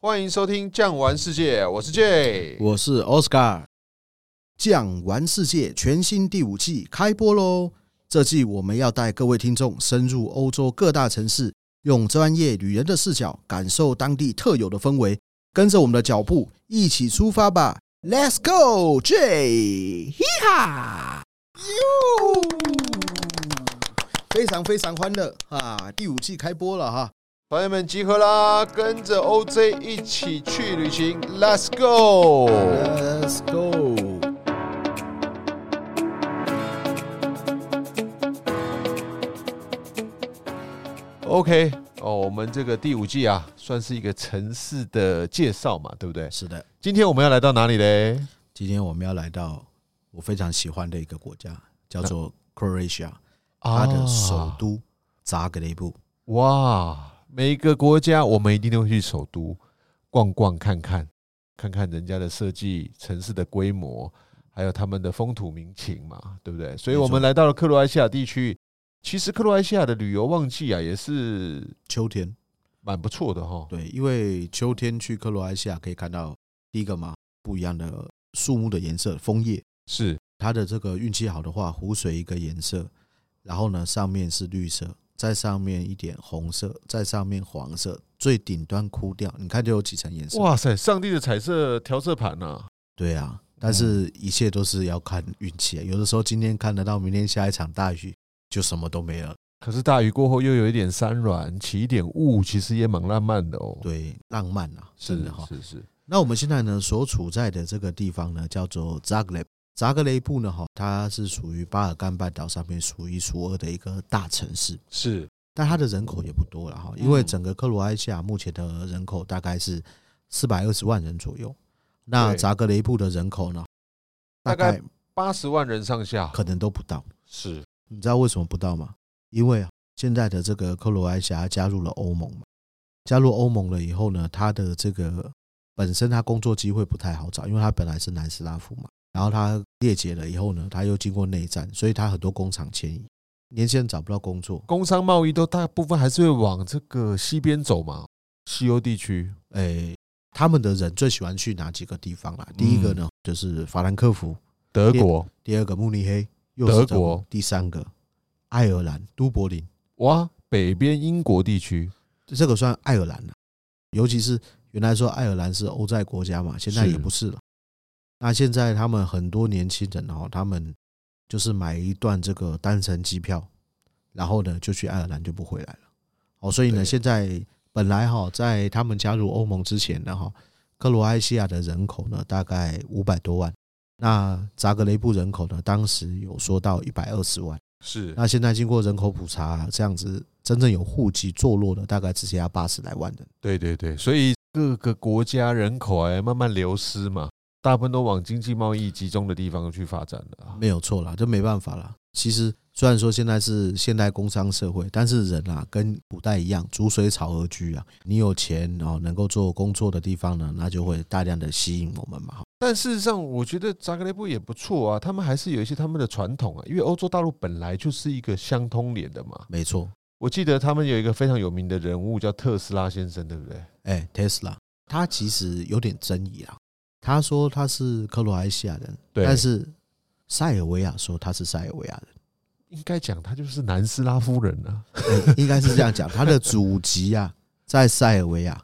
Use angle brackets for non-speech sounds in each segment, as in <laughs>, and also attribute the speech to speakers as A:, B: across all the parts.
A: 欢迎收听《酱玩世界》，我是 J。
B: 我是 Oscar。酱玩世界全新第五季开播喽！这季我们要带各位听众深入欧洲各大城市，用专业旅人的视角，感受当地特有的氛围。跟着我们的脚步，一起出发吧！Let's go, J！嘻哈！哟！非常非常欢乐啊！第五季开播了哈！
A: 朋友们集合啦，跟着 OJ 一起去旅行，Let's go！
B: Let's go！
A: OK，哦，我们这个第五季啊，算是一个城市的介绍嘛，对不对？
B: 是的，
A: 今天我们要来到哪里嘞？
B: 今天我们要来到我非常喜欢的一个国家，叫做 Croatia，它的首
A: 啊
B: 都扎格雷布。
A: 哇，每个国家我们一定都会去首都逛逛看看，看看人家的设计、城市的规模，还有他们的风土民情嘛，对不对？所以我
B: 没
A: 们
B: 错
A: 来到了克罗埃西亚地区。其实克罗埃西亚的旅游旺季啊，也是
B: 秋天，
A: 蛮不错的哈。
B: 对，因为秋天去克罗埃西亚可以看到第一个嘛，不一样的树木的颜色，枫叶。
A: 是
B: 它的这个运气好的话，湖水一个颜色，然后呢上面是绿色，在上面一点红色，在上面黄色，最顶端枯掉，你看就有几层颜色。
A: 哇塞，上帝的彩色调色盘呐、啊！
B: 对啊，但是一切都是要看运气啊。有的时候今天看得到，明天下一场大雨就什么都没了。
A: 可是大雨过后又有一点山峦，起一点雾，其实也蛮浪漫的哦。，
B: 对，浪漫啊，真
A: 是
B: 的哈。
A: 是是，
B: 那我们现在呢所处在的这个地方呢，叫做扎格雷布。扎格雷布呢，哈，它是属于巴尔干半岛上面数一数二的一个大城市，
A: 是
B: 但它的人口也不多了哈，因为
A: 嗯
B: 整个克罗埃西亚目前的人口大概是四百二十万人左右。那
A: 对
B: 扎格雷布的人口呢，大
A: 大
B: 概
A: 八十万人上下，
B: 可能都不到。
A: 是
B: 你知道为什么不到吗？因为啊现在的这个克罗埃西亚加入了欧盟嘛，加入欧盟了以后呢，他的这个本身他工作机会不太好找，因为他本来是南斯拉夫嘛，然后他裂解了以后呢，他又经过内战，所以他很多工厂迁移，年轻人找不到工作，
A: 工商贸易都大部分还是会往这个西边走嘛，西欧地区。
B: 诶、他们的人最喜欢去哪几个地方啦？第一个呢，
A: 嗯
B: 就是法兰克福；
A: 德国
B: 第二个慕尼黑，又是
A: 德国
B: 第三个爱尔兰都柏林，
A: 哇，北边英国地区
B: 这个算爱尔兰了、尤其是原来说爱尔兰是欧债国家嘛，现在
A: 是
B: 也不是了。那现在他们很多年轻人哦，他们就是买一段这个单程机票，然后呢就去爱尔兰就不回来了。哦，所以
A: 对
B: 呢，现在本来哈、在他们加入欧盟之前呢哈、克罗埃西亚的人口呢大概五百多万，那扎格雷布人口呢当时有说到一百二十万。
A: 是
B: 那现在经过人口普查，这样子真正有户籍坐落的大概只剩下八十来万人。
A: 对对对，所以各个国家人口哎慢慢流失嘛，大部分都往经济贸易集中的地方去发展了啊。
B: 没有错啦，这没办法啦。其实虽然说现在是现代工商社会，但是人啊跟古代一样，逐水草而居啊。你有钱然后能够做工作的地方呢，那就会大量的吸引我们嘛。哈
A: 但事实上，我觉得扎格雷布也不错啊，他们还是有一些他们的传统啊，因为欧洲大陆本来就是一个相通连的嘛。
B: 没错，
A: 我记得他们有一个非常有名的人物叫特斯拉先生，对不对？
B: 哎，Tesla 他其实有点争议啦。他说他是克罗埃西亚人，
A: 对
B: 但是塞尔维亚说他是塞尔维亚人。
A: 应该讲他就是南斯拉夫人啊。
B: 呃应该是这样讲，他的祖籍啊在塞尔维亚，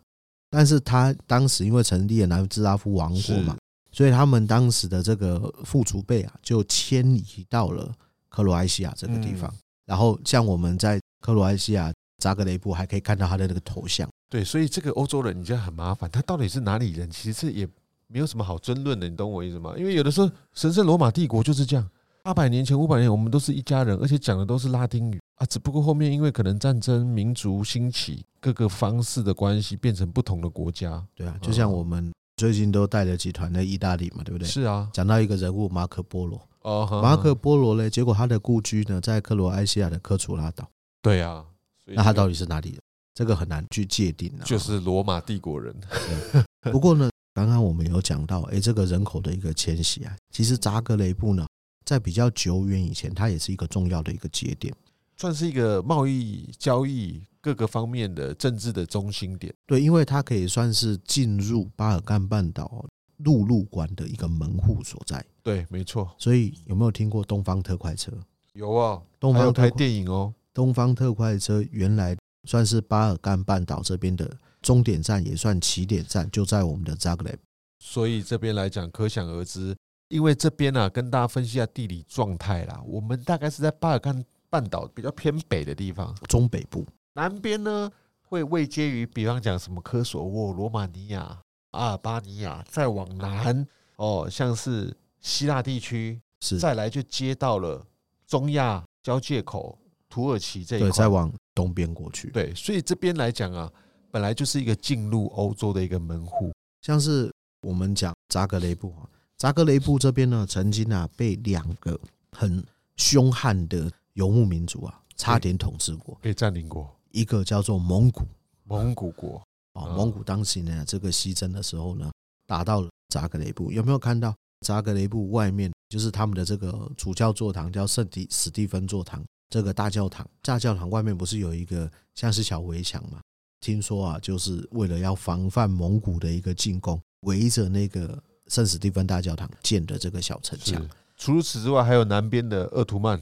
B: 但是他当时因为成立了南斯拉夫王国嘛，所以他们当时的这个父祖辈啊就迁移到了克罗埃西亚这个
A: 嗯
B: 地方。然后像我们在克罗埃西亚扎格雷布还可以看到他的那个头像，
A: 对，所以这个欧洲人你觉得很麻烦，他到底是哪里人，其实这也没有什么好争论的，你懂我意思吗？因为有的时候神圣罗马帝国就是这样，八百年前、五百年前我们都是一家人，而且讲的都是拉丁语啊，只不过后面因为可能战争、民族兴起各个方式的关系，变成不同的国家。
B: 对啊，就像我们最近都带了集团的意大利嘛，对不对？
A: 哦是啊，
B: 讲到一个人物马可波罗，
A: 哦，哈
B: 马可波罗嘞，结果他的故居呢在克罗埃西亚的科楚拉岛，
A: 对啊，所以
B: 那他
A: 这个
B: 到底是哪里人？这个很难去界定啊。
A: 就是罗马帝国人， <laughs>
B: 不过呢，刚刚我们有讲到，哎，这个人口的一个迁徙啊，其实扎格雷布呢，在比较久远以前，它也是一个重要的一个节点。
A: 算是一个贸易交易各个方面的政治的中心点。
B: 对，因为它可以算是进入巴尔干半岛陆路关的一个门户所在。
A: 对，没错，
B: 所以有没有听过东方特快车？
A: 有啊，
B: 东
A: 还有
B: 方特
A: 拍
B: 快
A: 电影哦。
B: 东方特快车原来算是巴尔干半岛这边的终点站，也算起点站，就在我们的 Zagreb。
A: 所以这边来讲，可想而知，因为这边啊，跟大家分析一下地理状态啦。我们大概是在巴尔干半岛比较偏北的地方，
B: 中北部。
A: 南边呢会位接于，比方讲什么科索沃、罗马尼亚、阿尔巴尼亚，再往南哦，像是希腊地区，
B: 是
A: 再来就接到了中亚交界口、土耳其这一
B: 对，再
A: 块。
B: 往东边过去，，
A: 对，所以这边来讲啊，本来就是一个进入欧洲的一个门户。
B: 像是我们讲扎格雷布啊，扎格雷布这边呢，曾经啊被两个很凶悍的游牧民族啊，差点统治过，
A: 可以占领过
B: 一个叫做蒙古
A: 蒙古国，
B: 啊，
A: 嗯
B: 蒙古当时呢这个西征的时候呢，打到了扎格雷布，有没有看到扎格雷布外面就是他们的这个主教座堂叫圣地史蒂芬座堂，这个大教堂，大教堂外面不是有一个像是小围墙嘛？听说啊，就是为了要防范蒙古的一个进攻，围着那个圣史蒂芬大教堂建的这个小城墙。
A: 除此之外，还有南边的鄂图曼，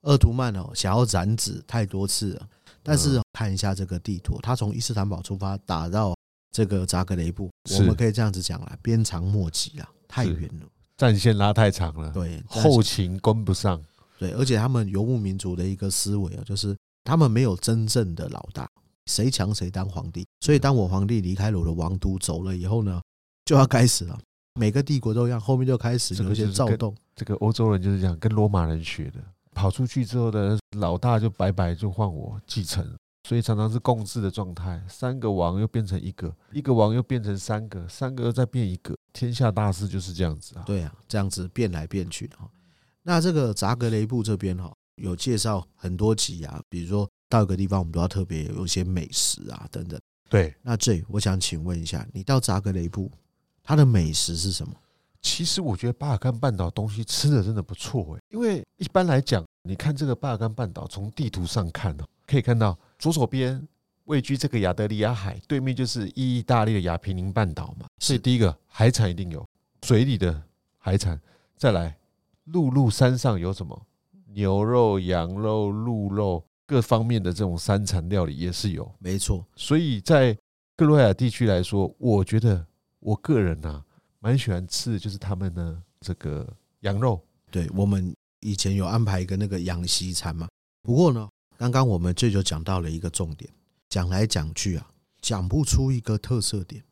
B: 鄂图曼哦，想要染指太多次了，但是、
A: 嗯
B: 看一下这个地图，他从伊斯坦堡出发打到这个扎格雷布，
A: 是
B: 我们可以这样子讲啦，鞭长莫及啦，太远了。
A: 战线拉太长了，
B: 对，但是
A: 后勤跟不上。
B: 对，而且他们游牧民族的一个思维啊，就是他们没有真正的老大，谁强谁当皇帝。
A: 嗯
B: 所以当我皇帝离开了我的王都走了以后呢，就要开始了。每个帝国都一样，后面就开始
A: 这个
B: 有一些
A: 就是
B: 躁
A: 跟
B: 动。
A: 这个欧洲人就是这样，跟罗马人学的，跑出去之后的老大就拜拜，就换我继承，所以常常是共治的状态，三个王又变成一个，一个王又变成三个，三个又再变一个，天下大事就是这样子啊。
B: 对啊，这样子变来变去的哈。那这个扎格雷布这边哈、有介绍很多集啊，比如说到一个地方，我们都要特别有一些美食啊等等。
A: 对，
B: 那这我想请问一下，你到扎格雷布，它的美食是什么？
A: 其实我觉得巴尔干半岛东西吃的真的不错诶、因为一般来讲，你看这个巴尔干半岛，从地图上看哦，可以看到左手边位居这个亚得里亚海，对面就是意大利的亚平宁半岛嘛，所以第一个海产一定有水里的海产，再来陆路山上有什么牛肉、羊肉、鹿肉各方面的这种山产料理也是有，
B: 没错，
A: 所以在克罗埃尔地区来说，我觉得我个人呐、啊，蛮喜欢吃的就是他们呢这个羊肉，
B: 对我们以前有安排一个那个养西餐嘛。不过呢，刚刚我们这就讲到了一个重点，讲来讲去啊，讲不出一个特色点。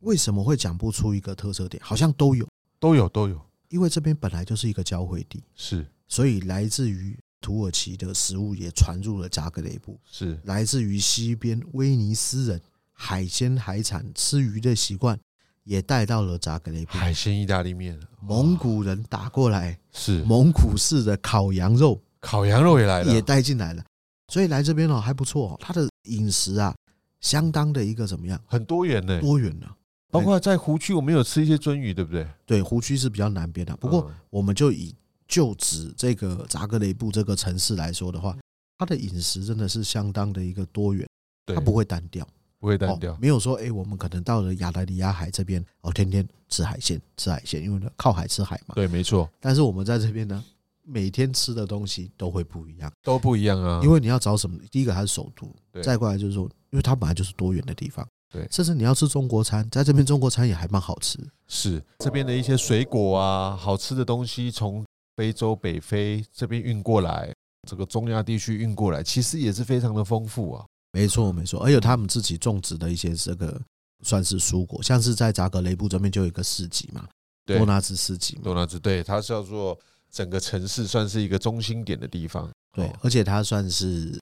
B: 为什么会讲不出一个特色点？好像都有，
A: 都有都有，
B: 因为这边本来就是一个交汇地。
A: 是
B: 所以来自于土耳其的食物也传入了扎格雷布，
A: 是
B: 来自于西边威尼斯人海鲜海产吃鱼的习惯也带到了扎格雷布。
A: 海鲜意大利面，
B: 蒙
A: 哇
B: 古人打过来，
A: 是
B: 蒙古式的烤羊肉
A: 烤羊肉也来了，
B: 也带进来了，所以来这边哦还不错、哦，它的饮食啊相当的一个怎么样
A: 很多元呢、
B: 多元呢、啊
A: 包括在湖区，我们有吃一些鳟鱼，对不对？
B: 对，湖区是比较南边的，不过
A: 嗯
B: 我们就以就指这个扎格雷布这个城市来说的话，它的饮食真的是相当的一个多元，
A: 对
B: 它不会单调，
A: 不会单
B: 哦
A: 调，，
B: 没有说哎、诶我们可能到了亚得里亚海这边哦，天天吃海鲜，吃海鲜，因为呢靠海吃海嘛。
A: 对，没错，
B: 但是我们在这边呢，每天吃的东西都会不一样，
A: 都不一样啊，
B: 因为你要找什么，第一个它是首都，
A: 对
B: 再过来就是说，因为它本来就是多元的地方，
A: 对
B: 甚至你要吃中国餐，在这边中国餐也还蛮好吃，
A: 是这边的一些水果啊，好吃的东西从非洲、北非这边运过来，这个中亚地区运过来，其实也是非常的丰富啊。
B: 没错，没错，而且他们自己种植的一些这个算是蔬果，像是在扎格雷布这边就有一个市集嘛，
A: 对
B: 多纳兹市集嘛，
A: 多纳兹，对，它是叫做整个城市算是一个中心点的地方。
B: 对
A: 哦，
B: 而且它算是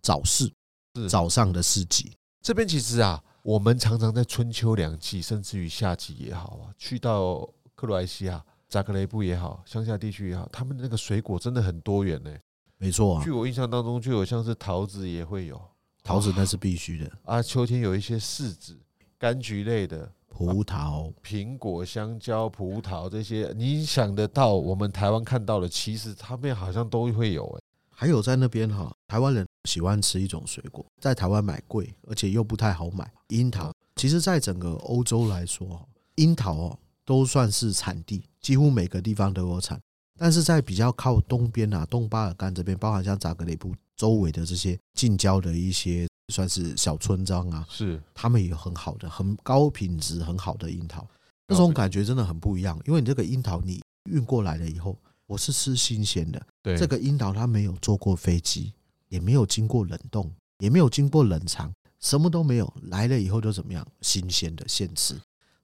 B: 早市
A: 是，
B: 早上的市集，
A: 这边其实啊，我们常常在春秋两季，甚至于夏季也好啊，去到克罗埃西亚、扎格雷布也好，乡下地区也好，他们那个水果真的很多元呢、
B: 没错啊
A: 据，我印象当中，就有像是桃子也会有
B: 桃子那是必
A: <laughs>
B: 须的，
A: 啊，秋天有一些柿子、柑橘类的，
B: 葡萄，
A: 苹果、香蕉、葡萄这些，你想得到我们台湾看到的，其实他们好像都会有哎、
B: 还有在那边哈，台湾人喜欢吃一种水果，在台湾买贵，而且又不太好买。樱
A: 嗯
B: 桃，其实在整个欧洲来说哦，樱桃哦都算是产地，几乎每个地方都有产。但是在比较靠东边啊，东巴尔干这边，包含像扎格雷布周围的这些近郊的一些算是小村庄啊，
A: 是
B: 他们也有很好的、很高品质、很好的樱桃，那种感觉真的很不一样。因为你这个樱桃你运过来了以后，我是吃新鲜的，
A: 对
B: 这个樱桃它没有坐过飞机，也没有经过冷冻，也没有经过冷藏，什么都没有。来了以后就怎么样？新鲜的现吃，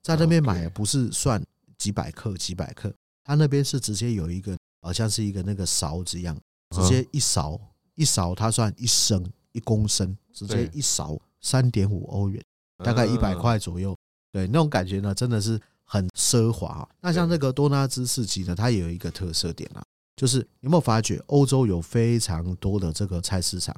B: 在那边
A: OK
B: 买不是算几百克几百克，它那边是直接有一个好像是一个那个勺子一样，
A: 嗯
B: 直接一勺一勺，它算一升一公升，直接
A: 对
B: 一勺三点五欧元，
A: 嗯
B: 大概一百，块左右。对，那种感觉呢，真的是很奢华啊、那像
A: 对
B: 那个多纳兹市集呢，它也有一个特色点啊，就是有没有发觉欧洲有非常多的这个菜市场，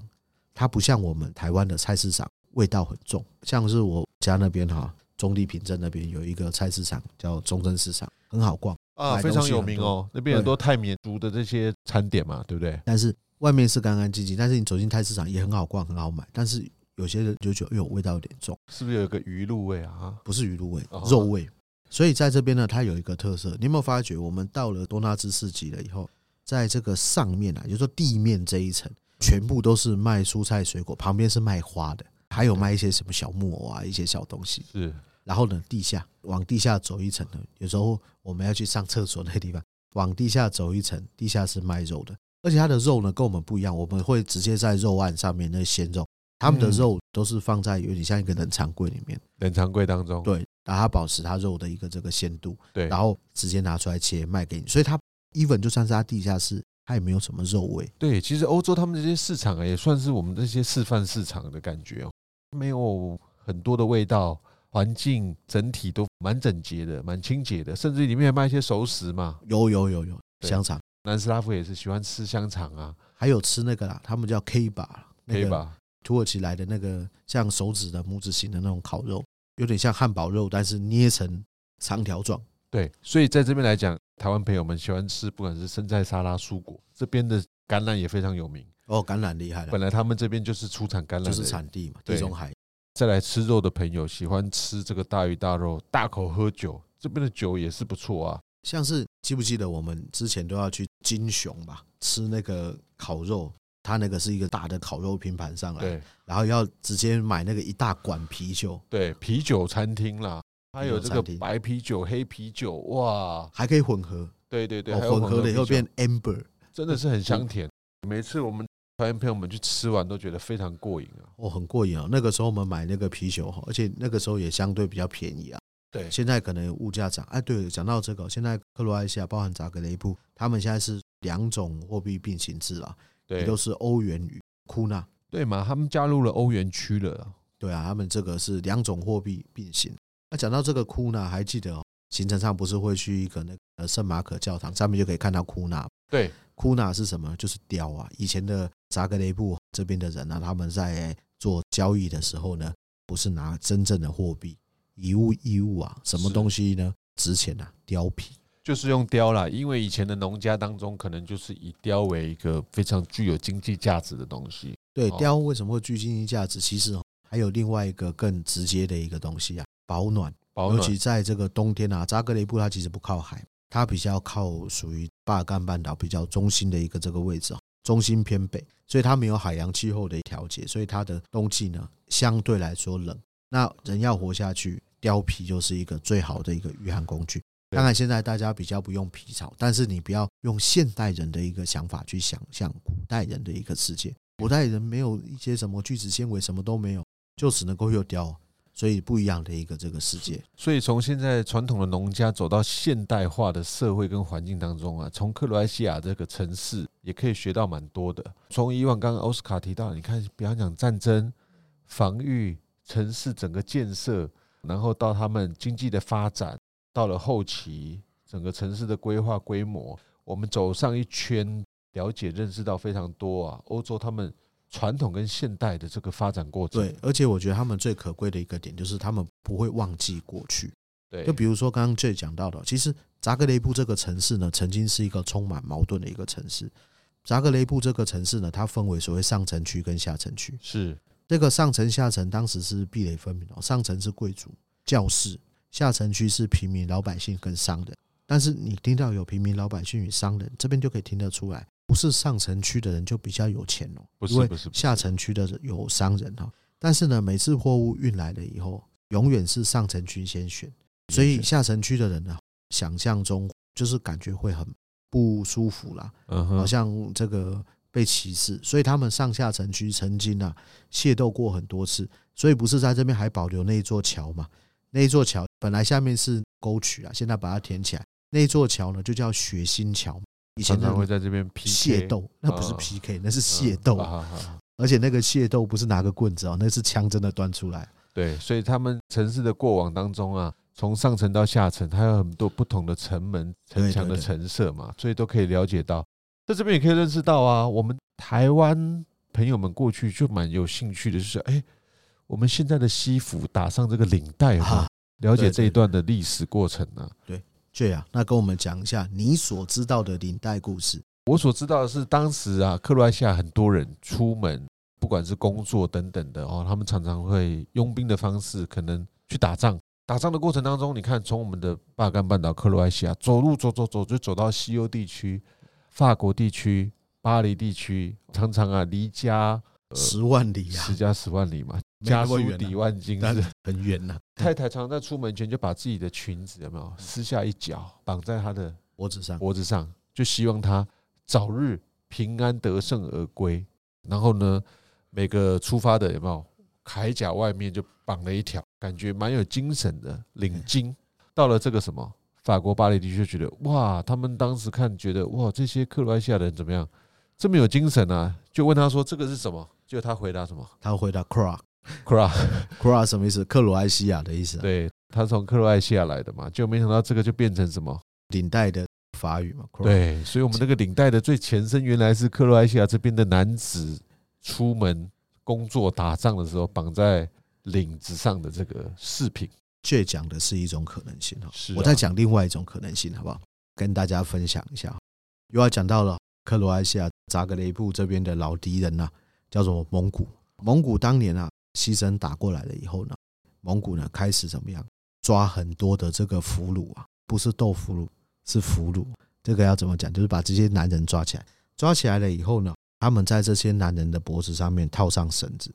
B: 它不像我们台湾的菜市场味道很重，像是我家那边哈、中立平镇那边有一个菜市场叫中正市场，很好逛，
A: 啊，
B: 买
A: 非
B: 东
A: 常
B: 西
A: 有
B: 很
A: 名
B: 多
A: 哦，那边很多泰缅族的这些餐点嘛，对不对？
B: 但是外面是干干净净，但是你走进菜市场也很好逛，很好买，但是有些人就觉得哎呦味道有点重。
A: 是不是有一个鱼露味啊？
B: 不是鱼露味
A: 哦，
B: 肉味。所以在这边呢，它有一个特色，你有没有发觉？我们到了多纳兹市集了以后，在这个上面啊，也就是说地面这一层，全部都是卖蔬菜水果，旁边是卖花的，还有卖一些什么小木偶啊，一些小东西。
A: 是
B: 然后呢，地下往地下走一层呢，有时候我们要去上厕所那地方，往地下走一层，地下是卖肉的，而且它的肉呢跟我们不一样，我们会直接在肉案上面那鲜肉，他们的
A: 嗯
B: 肉都是放在有点像一个冷藏柜里面。
A: 冷藏柜当中，
B: 对然后它保持它肉的一个这个鲜度，
A: 哦对，
B: 然后直接拿出来切卖给你。所以它 even 就算是它地下室，它也没有什么肉味。
A: 对，其实欧洲他们这些市场啊，也算是我们这些示范市场的感觉哦，没有很多的味道，环境整体都蛮整洁的，蛮清洁的，甚至里面还卖一些熟食嘛。
B: 有有有有
A: 对
B: 香肠，
A: 南斯拉夫也是喜欢吃香肠啊，
B: 还有吃那个啦，他们叫 K 吧，
A: 可以
B: 那个
A: 吧？
B: 土耳其来的那个像手指的拇指形的那种烤肉，有点像汉堡肉，但是捏成长条状。
A: 对，所以在这边来讲，台湾朋友们喜欢吃，不管是生菜沙拉、蔬果，这边的橄榄也非常有名。
B: 哦，橄榄厉害了
A: 本，来他们这边就是出产橄榄的，
B: 就是产地嘛，
A: 对
B: 地中海。
A: 再来吃肉的朋友喜欢吃这个大鱼大肉，大口喝酒，这边的酒也是不错啊。
B: 像是记不记得我们之前都要去金雄吧，吃那个烤肉，它那个是一个大的烤肉拼盘上来，
A: 对
B: 然后要直接买那个一大管啤酒，
A: 对，啤酒餐厅啦，它有这
B: 啤酒
A: 个
B: 餐厅
A: 白啤酒、黑啤酒，哇，
B: 还可以混合，
A: 对对对，
B: 哦
A: 还有
B: 混合了以后
A: 啤酒
B: 变嗯 amber，
A: 真的是很香甜。每次我们台湾朋友们去吃完都觉得非常过瘾啊。
B: 哦，很过瘾哦。那个时候我们买那个啤酒哦哈，而且那个时候也相对比较便宜啊。
A: 对
B: 现在可能物价涨，哎，对，讲到这个，现在克罗埃西亚包含扎格雷布，他们现在是两种货币并行制啊，也
A: 对
B: 都是欧元与库纳，
A: 对嘛，他们加入了欧元区了啊，
B: 对啊，他们这个是两种货币并行。那讲到这个库纳，还记得、哦、行程上不是会去一个那个圣马可教堂，上面就可以看到库纳
A: 对，
B: 库纳是什么？就是雕啊。以前的扎格雷布这边的人呢、他们在做交易的时候呢，不是拿真正的货币，以物易物啊，什么
A: 是
B: 东西呢？值钱啊，貂皮。
A: 就是用雕啦，因为以前的农家当中，可能就是以雕为一个非常具有经济价值的东西。
B: 对，
A: 哦
B: 貂为什么会具经济价值？其实哦还有另外一个更直接的一个东西啊，保暖。
A: 保
B: 尤
A: 暖
B: 其在这个冬天啊，扎格雷布它其实不靠海，它比较靠属于巴尔干半岛比较中心的一个这个位置哦，中心偏北，所以它没有海洋气候的调节，所以它的冬季呢相对来说冷。那人要活下去，貂皮就是一个最好的一个御寒工具。
A: 对
B: 当然，现在大家比较不用皮草，但是你不要用现代人的一个想法去想象古代人的一个世界。古代人没有一些什么聚酯纤维，什么都没有，就只能够用貂，所以不一样的一个这个世界。
A: 所以从现在传统的农家走到现代化的社会跟环境当中啊，从克罗埃西亚这个城市也可以学到蛮多的。从以往刚刚奥斯卡提到，你看，比方讲战争、防御、城市整个建设，然后到他们经济的发展，到了后期整个城市的规划规模，我们走上一圈，了解认识到非常多啊，欧洲他们传统跟现代的这个发展过程
B: 对，，而且我觉得他们最可贵的一个点就是他们不会忘记过去。
A: 对，
B: 就比如说刚刚最讲到的，其实扎格雷布这个城市呢，曾经是一个充满矛盾的一个城市。扎格雷布这个城市呢，它分为所谓上城区跟下城区。
A: 是
B: 这个上层下层当时是壁垒分明哦，上层是贵族、教士，下层区是平民老百姓跟商人。但是你听到有平民老百姓与商人，这边就可以听得出来，不是上层区的人就比较有钱哦，
A: 不
B: 因
A: 是
B: 为
A: 不是不是
B: 下层区的有商人哦。但是呢，每次货物运来了以后，永远是上层区先选，所以下层区的人呢，想象中就是感觉会很不舒服啦。
A: 嗯哼
B: 好像这个被歧视，所以他们上下城区曾经啊械斗过很多次，所以不是在这边还保留那一座桥嘛？那一座桥本来下面是沟渠啊，现在把它填起来，那一座桥呢就叫血腥桥。以前
A: 常
B: 的
A: 常会在这边 PK
B: 械斗，那不是
A: 啊
B: PK，、那是
A: 嗯
B: 械斗，
A: 啊好好好
B: 而且那个械斗不是拿个棍子哦，那是枪真的端出来。
A: 对，所以他们城市的过往当中啊，从上层到下层，它有很多不同的城门、城
B: 对
A: 墙的
B: 对对
A: 陈设嘛，所以都可以了解到。在这边也可以认识到啊，我们台湾朋友们过去就蛮有兴趣的，就是哎、我们现在的西服打上这个领带有没有
B: 啊
A: 了解
B: 对
A: 这一
B: 对
A: 段的历史过程呢、
B: 对啊，那跟我们讲一下你所知道的领带故事。
A: 我所知道的是，当时啊，克罗埃西亚很多人出门，不管是工作等等的哦，他们常常会佣兵的方式，可能去打仗。打仗的过程当中，你看，从我们的巴干半岛、克罗埃西亚走路走走走，就走到西欧地区、法国地区、巴黎地区，常常啊离家呃
B: 十万里啊
A: 十，加十万里嘛，
B: 没
A: 家
B: 那
A: 书
B: 么远啊
A: 抵万金
B: 但
A: 是
B: 是很远啊呐、
A: 太太常在出门前就把自己的裙子有没
B: 嗯
A: 有撕下一角绑在她的
B: 脖子上。
A: 脖子上，就希望他早日平安得胜而归。然后呢，每个出发的有没有铠甲外面就绑了一条，感觉蛮有精神的领巾。到了这个什么法国巴黎的确觉得哇，他们当时看觉得哇，这些克罗埃西亚人怎么样，这么有精神啊？就问他说这个是什么？结果他回答什么
B: 他回答 c r a
A: c r a
B: c r a 什么意思？克罗埃西亚的意思、啊，
A: 对他从克罗埃西亚来的嘛，就没想到这个就变成什么？
B: 领带的法语嘛。Kra，
A: 对，所以我们那个领带的最前身原来是克罗埃西亚这边的男子出门工作打仗的时候绑在领子上的这个饰品。
B: 却讲的是一种可能性哈。哦
A: 是啊
B: 我再讲另外一种可能性，好不好？跟大家分享一下，又要讲到了克罗埃西亚扎格雷布这边的老敌人呐、啊叫做蒙古。蒙古当年啊，西征打过来了以后呢，蒙古呢开始怎么样？抓很多的这个俘虏啊，不是豆俘虏，是俘虏。这个要怎么讲？就是把这些男人抓起来，抓起来了以后呢，他们在这些男人的脖子上面套上绳子，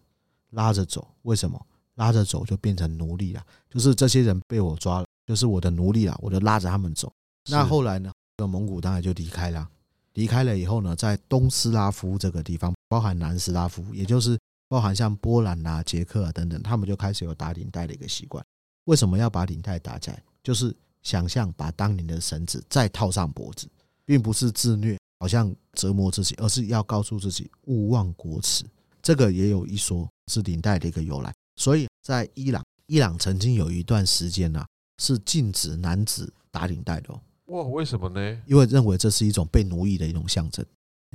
B: 拉着走。为什么？拉着走就变成奴隶了。就是这些人被我抓了，就是我的奴隶啊，我就拉着他们走。那
A: 是
B: 后来呢，这个蒙古当然就离开了。离开了以后呢，在东斯拉夫这个地方，包含南斯拉夫，也就是包含像波兰啊、捷克啊等等，他们就开始有打领带的一个习惯。为什么要把领带打起来？就是想象把当年的绳子再套上脖子，并不是自虐，好像折磨自己，而是要告诉自己勿忘国耻。这个也有一说是领带的一个由来。所以在伊朗，伊朗曾经有一段时间呢、是禁止男子打领带的、哦，
A: 哇，为什么呢？
B: 因为认为这是一种被奴役的一种象征。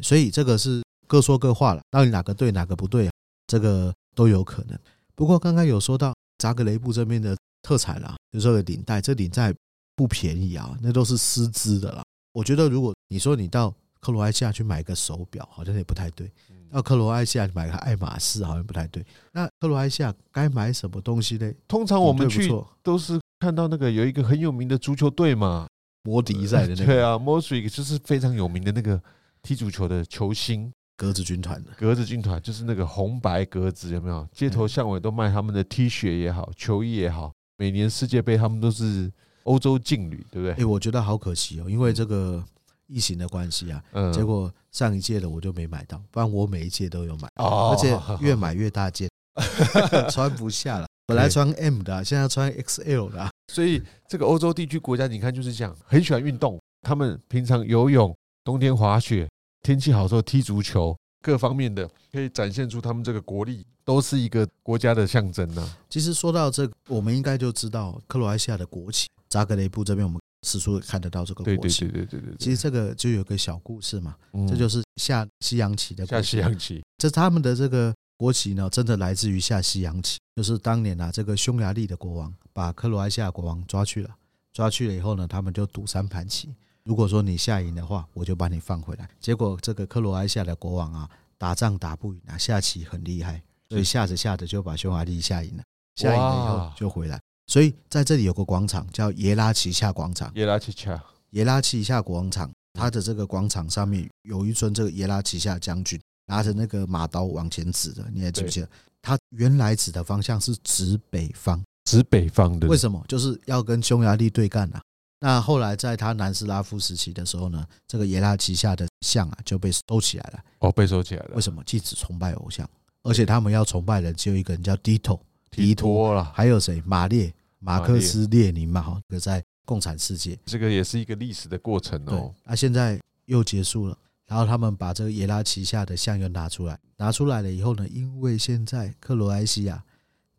B: 所以这个是各说各话了，到底哪个对哪个不对，啊这个都有可能。不过刚刚有说到扎格雷布这边的特产啦，就是这个领带，这领带不便宜啊，那都是丝织的啦。我觉得如果你说你到克罗埃西亚去买个手表，好像也不太对。
A: 嗯
B: 到克罗埃西亚买个爱马仕好像不太对。那克罗埃西亚该买什么东西呢？
A: 通常我们
B: 对不
A: 去
B: 错
A: 都是看到那个有一个很有名的足球队嘛，
B: 摩迪赛的那
A: <laughs> 对
B: 个
A: 啊 m o s r i 就是非常有名的那个踢足球的球星，
B: 格子军团的，
A: 格子军团就是那个红白格子，有没有？街头巷尾都卖他们的 T 恤也好，球衣也好。每年世界杯他们都是欧洲劲旅，对不
B: 哎、
A: 对？
B: 我觉得好可惜哦，因为这个疫情的关系啊，
A: 嗯，
B: 结果上一届的我就没买到，不然我每一届都有买，
A: 哦 <laughs>
B: 而且越买越大件， <laughs> 穿不下了。本来穿 M 的啊、现在穿 XL 的啊、
A: 所以这个欧洲地区国家，你看就是这样，很喜欢运动。他们平常游泳，冬天滑雪，天气好的时候踢足球，各方面的可以展现出他们这个国力，都是一个国家的象征呐、
B: 其实说到这个，我们应该就知道克罗埃西亚的国旗，扎格雷布这边我们时处看得到这个
A: 对
B: 国
A: 对
B: 旗
A: 对。对对对，
B: 其实这个就有个小故事嘛，这就是下西洋棋的
A: 下
B: 国
A: 西
B: 旗。
A: 洋棋。
B: 这他们的这个国旗呢，真的来自于下西洋棋，就是当年啊，这个匈牙利的国王把克罗埃西亚国王抓去了，抓去了以后呢，他们就赌三盘棋，如果说你下赢的话，我就把你放回来。结果这个克罗埃西亚的国王啊，打仗打不赢啊，下棋很厉害，所以下着下着就把匈牙利下赢了，下赢了以后
A: 哇
B: 就回来。所以在这里有个广场叫耶拉旗下广场，
A: 也来去抢，
B: 耶拉旗下广场，
A: 嗯
B: 它的这个广场上面有一尊这个耶拉旗下将军拿着那个马刀往前指的，你还记不记得？他原来指的方向是指北方。
A: 指北方的
B: 为什么？就是要跟匈牙利对干啊。那后来在他南斯拉夫时期的时候呢，这个耶拉旗下的像啊就被收起来了。
A: 哦，被收起来了
B: 为，什么？禁止崇拜偶像，而且他们要崇拜的只有一个人叫 Dito，提托，
A: 托啦，
B: 还有谁？马列、马
A: 马
B: 克
A: 列
B: 思列宁嘛，哈，这个在共产世界。
A: 这个也是一个历史的过程
B: 对
A: 哦，，
B: 那、现在又结束了。然后他们把这个耶拉旗下的象又拿出来，拿出来了以后呢，因为现在克罗埃西亚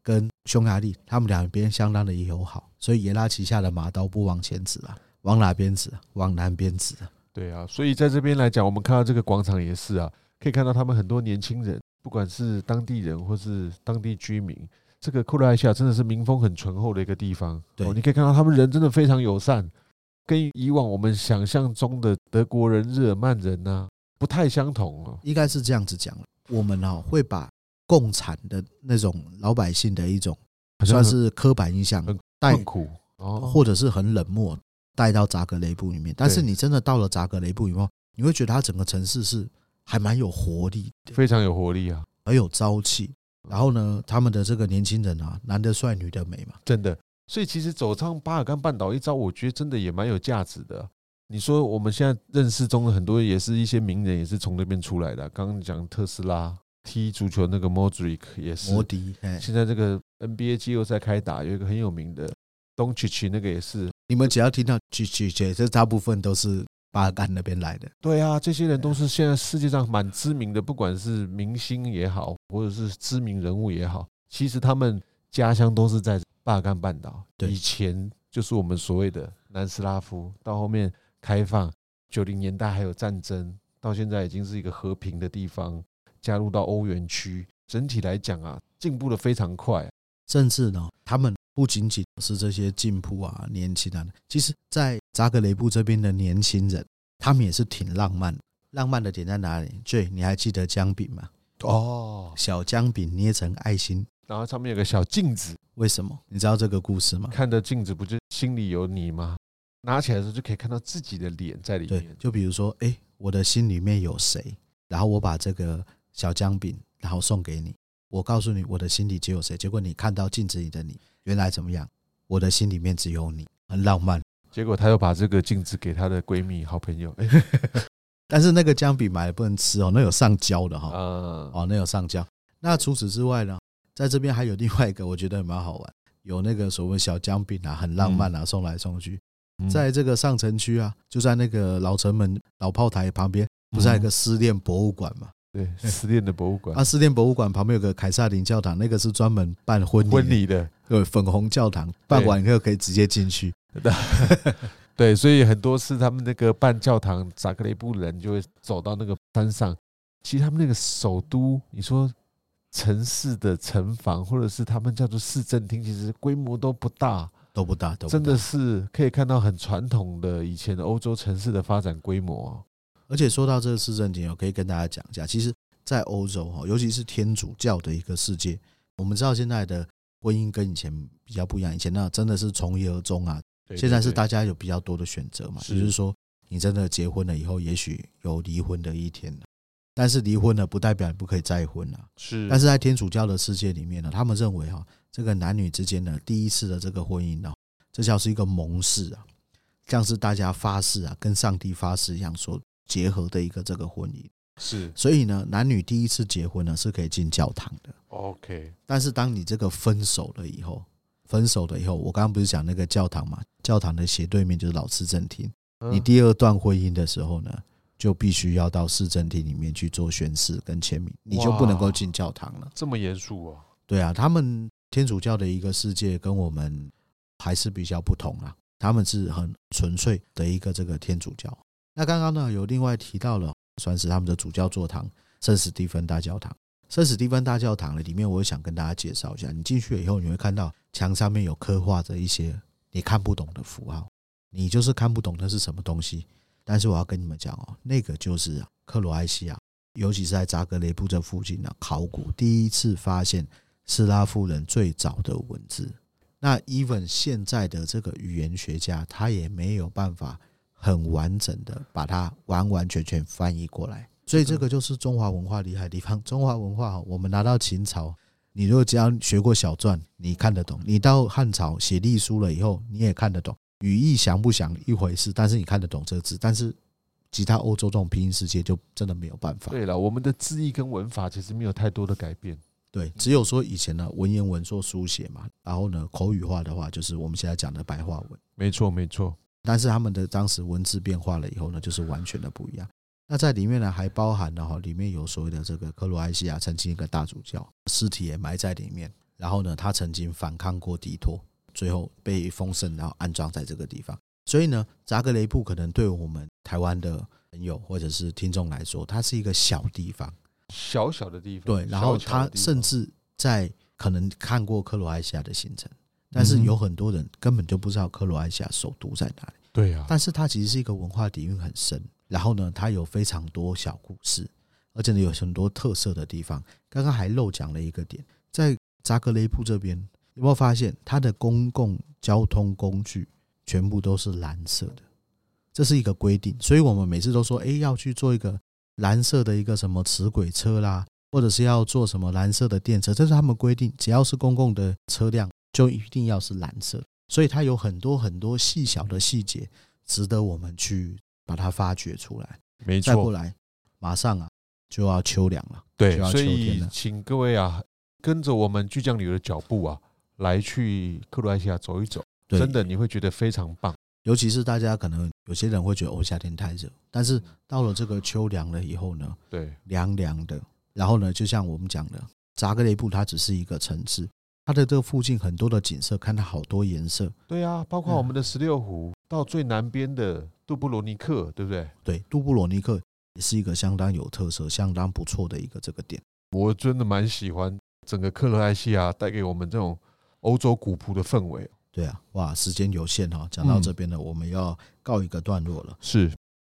B: 跟匈牙利他们两边相当的友好，所以耶拉旗下的马刀不往前指了，往哪边指啊？往南边指啊！
A: 对啊，所以在这边来讲，我们看到这个广场也是啊，可以看到他们很多年轻人，不管是当地人或是当地居民，这个库拉埃西亚真的是民风很醇厚的一个地方。
B: 对
A: 哦，你可以看到他们人真的非常友善，跟以往我们想象中的德国人、日耳曼人呐、不太相同哦。
B: 应该是这样子讲了。我们哦会把共产的那种老百姓的一种
A: 好像
B: 算
A: 很
B: 是刻板印象
A: 很
B: 带
A: 困苦，哦，
B: 或者是很冷漠，带到扎格雷布里面。但是
A: 对
B: 你真的到了扎格雷布以后，你会觉得它整个城市是还蛮有活力的，
A: 非常有活力啊，
B: 很有朝气。然后呢，他们的这个年轻人啊，男的帅，女的美嘛。
A: 真的。所以其实走上巴尔干半岛一遭，我觉得真的也蛮有价值的啊、你说我们现在认识中的很多也是一些名人，也是从那边出来的啊、刚刚讲特斯拉踢足球那个 Modric 也是
B: 摩，迪，哎，
A: 现在这个 NBA 季后赛开打，有一个很有名的 d o n c h i 那个也是。
B: 你们只要听到“去去去”，这大部分都是巴尔干那边来的。
A: 对啊，这些人都是现在世界上蛮知名的，不管是明星也好，或者是知名人物也好，其实他们家乡都是在巴尔干半岛。
B: 对
A: 以前就是我们所谓的南斯拉夫，到后面开放，九零年代还有战争，到现在已经是一个和平的地方，加入到欧元区。整体来讲啊，进步的非常快。
B: 甚至呢，他们不仅仅是这些进步啊、年轻啊，其实，在扎格雷布这边的年轻人，他们也是挺浪漫的。浪漫的点在哪里？最你还记得姜饼吗？
A: 哦，
B: 小姜饼捏成爱心，
A: 然后上面有个小镜子，
B: 为什么？你知道这个故事吗？
A: 看着镜子不就心里有你吗？拿起来的时候就可以看到自己的脸在里
B: 对
A: 面，。
B: 就比如说，哎、我的心里面有谁，然后我把这个小姜饼，然后送给你，我告诉你我的心里只有谁，结果你看到镜子里的你，原来怎么样？我的心里面只有你，很浪漫。
A: 结果她又把这个镜子给她的闺蜜、好朋友，哎、
B: 但是那个姜饼买了不能吃哦，那有上胶的哈、
A: 啊、
B: 哦，那有上交。那除此之外呢，在这边还有另外一个，我觉得蛮好玩，有那个所谓小姜饼啊，很浪漫啊，送来送去。
A: 嗯
B: 在这个上城区啊，就在那个老城门老炮台旁边，不是还有一个失恋博物馆嘛？
A: 对失恋的博物馆、
B: 啊，失恋博物馆旁边有个凯撒林教堂，那个是专门办婚礼的
A: 婚，礼的，
B: 对，粉红教堂办完以后可以直接进去。
A: 对，所以很多是他们那个办教堂，扎克雷布人就会走到那个山上。其实他们那个首都，你说城市的城防，或者是他们叫做市政厅，其实规模都不大，
B: 都不啊大，都不大
A: 真的是可以看到很传统的以前的欧洲城市的发展规模哦。
B: 而且说到这个市政厅，我可以跟大家讲一下，其实，在欧洲哈，尤其是天主教的一个世界，我们知道现在的婚姻跟以前比较不一样，以前那真的是从一而终啊，
A: 对
B: 现在是
A: 对对
B: 大家有比较多的选择嘛，
A: 是
B: 也就是说，你真的结婚了以后，也许有离婚的一天了但是离婚了不代表你不可以再婚啊。
A: 是，
B: 但是在天主教的世界里面呢，他们认为哈、这个男女之间的第一次的这个婚姻呢、这叫是一个盟誓啊，像是大家发誓啊，跟上帝发誓一样所结合的一个这个婚姻。
A: 是
B: 所以呢，男女第一次结婚呢是可以进教堂的，
A: OK，
B: 但是当你这个分手了以后，分手了以后，我刚刚不是讲那个教堂嘛，教堂的斜对面就是老市政厅。你
A: 嗯
B: 第二段婚姻的时候呢，就必须要到市政厅里面去做宣誓跟签名，你就不能够
A: 哇
B: 进教堂了。
A: 这么严肃哦。
B: 对啊，他们天主教的一个世界跟我们还是比较不同啊，他们是很纯粹的一个这个天主教。那刚刚呢，有另外提到了，算是他们的主教座堂圣史蒂芬大教堂。圣史蒂芬大教堂的里面，我想跟大家介绍一下，你进去以后，你会看到墙上面有刻画着一些你看不懂的符号，你就是看不懂那是什么东西，但是我要跟你们讲哦，那个就是啊克罗埃西亚，尤其是在扎格雷布这附近的、考古第一次发现斯拉夫人最早的文字。那 even 现在的这个语言学家，他也没有办法很完整的把它完完全全翻译过来。所以这个就是中华文化厉害的地方。中华文化哦，我们拿到秦朝，你如果只要学过小篆，你看得懂；你到汉朝写隶书了以后，你也看得懂。语义详不详一回事，但是你看得懂这个字。但是其他欧洲这种拼音世界就真的没有办法。
A: 对了，我们的字义跟文法其实没有太多的改变。
B: 对，只有说以前呢文言文做书写嘛，然后呢口语化的话就是我们现在讲的白话文。
A: 没错，没错。
B: 但是他们的当时文字变化了以后呢，就是完全的不一样。那在里面呢，还包含了哈，里面有所谓的这个克罗埃西亚曾经一个大主教，尸体也埋在里面。然后呢，他曾经反抗过敌托，最后被封圣，然后安葬在这个地方。所以呢，扎格雷布可能对我们台湾的朋友或者是听众来说，它是一个小地方。
A: 小小的地方，
B: 对，然
A: 小
B: 后
A: 巧的
B: 他
A: 地方
B: 甚至在可能看过克罗埃西亚的行程，但是
A: 嗯哼
B: 有很多人根本就不知道克罗埃西亚首都在哪里。
A: 对啊，
B: 但是它其实是一个文化底蕴很深，然后呢，它有非常多小故事，而且呢有很多特色的地方。刚刚还漏讲了一个点，在扎格雷布这边有没有发现它的公共交通工具全部都是蓝色的？这是一个规定，所以我们每次都说，诶，要去做一个蓝色的一个什么磁轨车啦，或者是要做什么蓝色的电车，这是他们规定，只要是公共的车辆就一定要是蓝色。所以它有很多很多细小的细节，值得我们去把它发掘出来。
A: 没
B: 再过
A: 错，
B: 来，马上啊就要秋凉了。
A: 对
B: 就要，秋
A: 所
B: 天
A: 以
B: 了
A: 请各位啊，跟着我们巨匠旅游的脚步啊，来去克罗埃西亚走一走，
B: 对
A: 真的你会觉得非常棒。
B: 尤其是大家可能有些人会觉得哦夏天太热，但是到了这个秋凉了以后呢，
A: 对，
B: 凉凉的。然后呢，就像我们讲的，扎格雷布它只是一个城市，它的这个附近很多的景色，看到好多颜色。
A: 对啊，包括我们的十六湖到最南边的杜布罗尼克，对不对？
B: 对，杜布罗尼克也是一个相当有特色、相当不错的一个这个点。
A: 我真的蛮喜欢整个克罗埃西亚带给我们这种欧洲古朴的氛围。
B: 对啊，哇，时间有限哦，讲到
A: 嗯
B: 这边呢，我们要告一个段落了。
A: 是，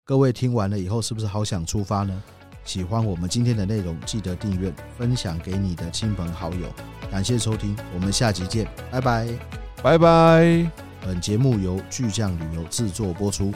B: 各位听完了以后，是不是好想出发呢？喜欢我们今天的内容，记得订阅、分享给你的亲朋好友。感谢收听，我们下集见，拜拜。
A: 拜拜。
B: 本节目由巨匠旅游制作播出。